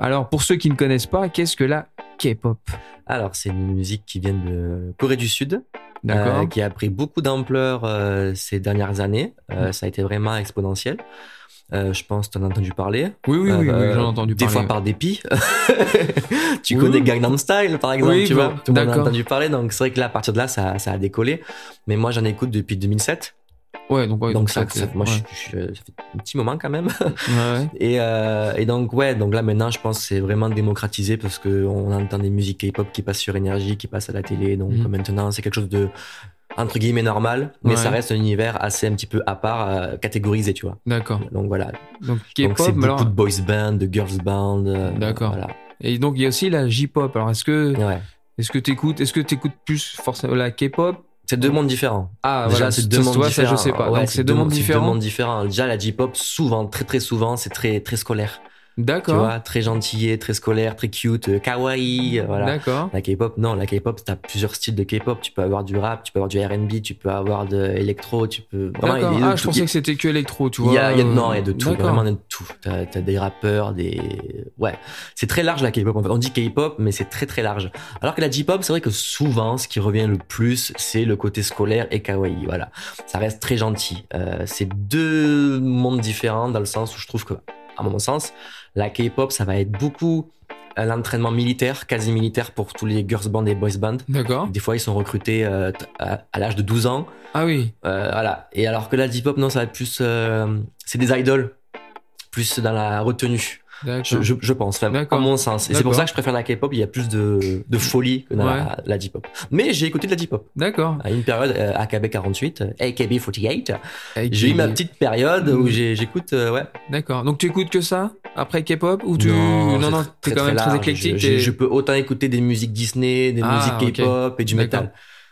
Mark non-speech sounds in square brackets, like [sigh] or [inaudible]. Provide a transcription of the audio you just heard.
Alors, pour ceux qui ne connaissent pas, qu'est-ce que la K-pop Alors, c'est une musique qui vient de Corée du Sud, D'accord euh, qui a pris beaucoup d'ampleur euh, ces dernières années. Euh, Mm. Ça a été vraiment exponentiel. Euh, je pense que tu as entendu parler. Oui, oui, oui, Euh, oui, j'en ai entendu Des parler. fois par dépit. [laughs] tu Oui. connais Gangnam Style, par exemple, Oui, tu bah, vois. Tout le monde en a d'accord. entendu parler. Donc, c'est vrai que là, à partir de là, ça, ça a décollé. Mais moi, j'en écoute depuis 2007. Ouais, donc, ouais, donc, ça, c'est- ça- moi, ouais. je- je- ça fait un petit moment quand même. Ouais, Et, euh, et donc ouais, donc là maintenant je pense que c'est vraiment démocratisé parce que on entend des musiques K-pop qui passent sur énergie, qui passent à la télé. Donc Mhm. maintenant c'est quelque chose de entre guillemets normal, mais Ouais. ça reste un univers assez un petit peu à part, euh, catégorisé, tu vois. D'accord. Donc voilà. Donc Donc c'est K-pop, mais beaucoup alors. de boys band, de girls band. euh, D'accord. Voilà. Et donc il y a aussi la J-pop. Alors est-ce que Ouais. est-ce que t'écoutes est-ce que t'écoutes plus forcément la K-pop C'est deux mondes différents. Ah Déjà, voilà, c'est ça, deux tu mondes vois, ça, différents. je sais pas. Ouais, donc c'est deux mondes c'est différents. Deux mondes différents. Déjà la J-pop souvent, très très souvent, c'est très très scolaire. Tu D'accord. vois, très gentillet, très scolaire, très cute, euh, kawaii, euh, voilà. D'accord. La K-pop, non, la K-pop, t'as plusieurs styles de K-pop. Tu peux avoir du rap, tu peux avoir du R&B, tu peux avoir de l'électro, tu peux. Vraiment, D'accord. il y a de Ah, je tout. pensais que c'était que électro, tu Il vois. y a, il y a, non, il y a de euh, tout, d'accord. vraiment il y a de tout. T'as as des rappeurs, des. Ouais. C'est très large la K-pop. En fait. On dit K-pop, mais c'est très très large. Alors que la J-pop, c'est vrai que souvent, ce qui revient le plus, c'est le côté scolaire et kawaii. Voilà. Ça reste très gentil. Euh, c'est deux mondes différents dans le sens où je trouve que, à mon sens, la K-pop, ça va être beaucoup à l'entraînement militaire, quasi militaire pour tous les girls band et boys band. D'accord. Des fois, ils sont recrutés euh, t- à, à l'âge de 12 ans. Ah oui. Euh, voilà. Et alors que la J-pop, non, ça va être plus. euh, c'est des idoles, plus dans la retenue, D'accord. je, je, je pense, enfin, D'accord. à mon sens. Et c'est D'accord. pour ça que je préfère la K-pop, il y a plus de, de folie que dans la, la J-pop. Mais j'ai écouté de la J-pop. D'accord. À une période, euh, AKB 48, AKB 48, Avec j'ai eu des- ma petite période où Mm. j'ai- j'écoute, euh, ouais. D'accord. Donc tu écoutes que ça après K-pop ou tu c'est non non tr- t'es quand même très large. éclectique. Je, t'es- je peux autant écouter des musiques Disney, des Ah, musiques ok. K-pop et du D'accord. métal.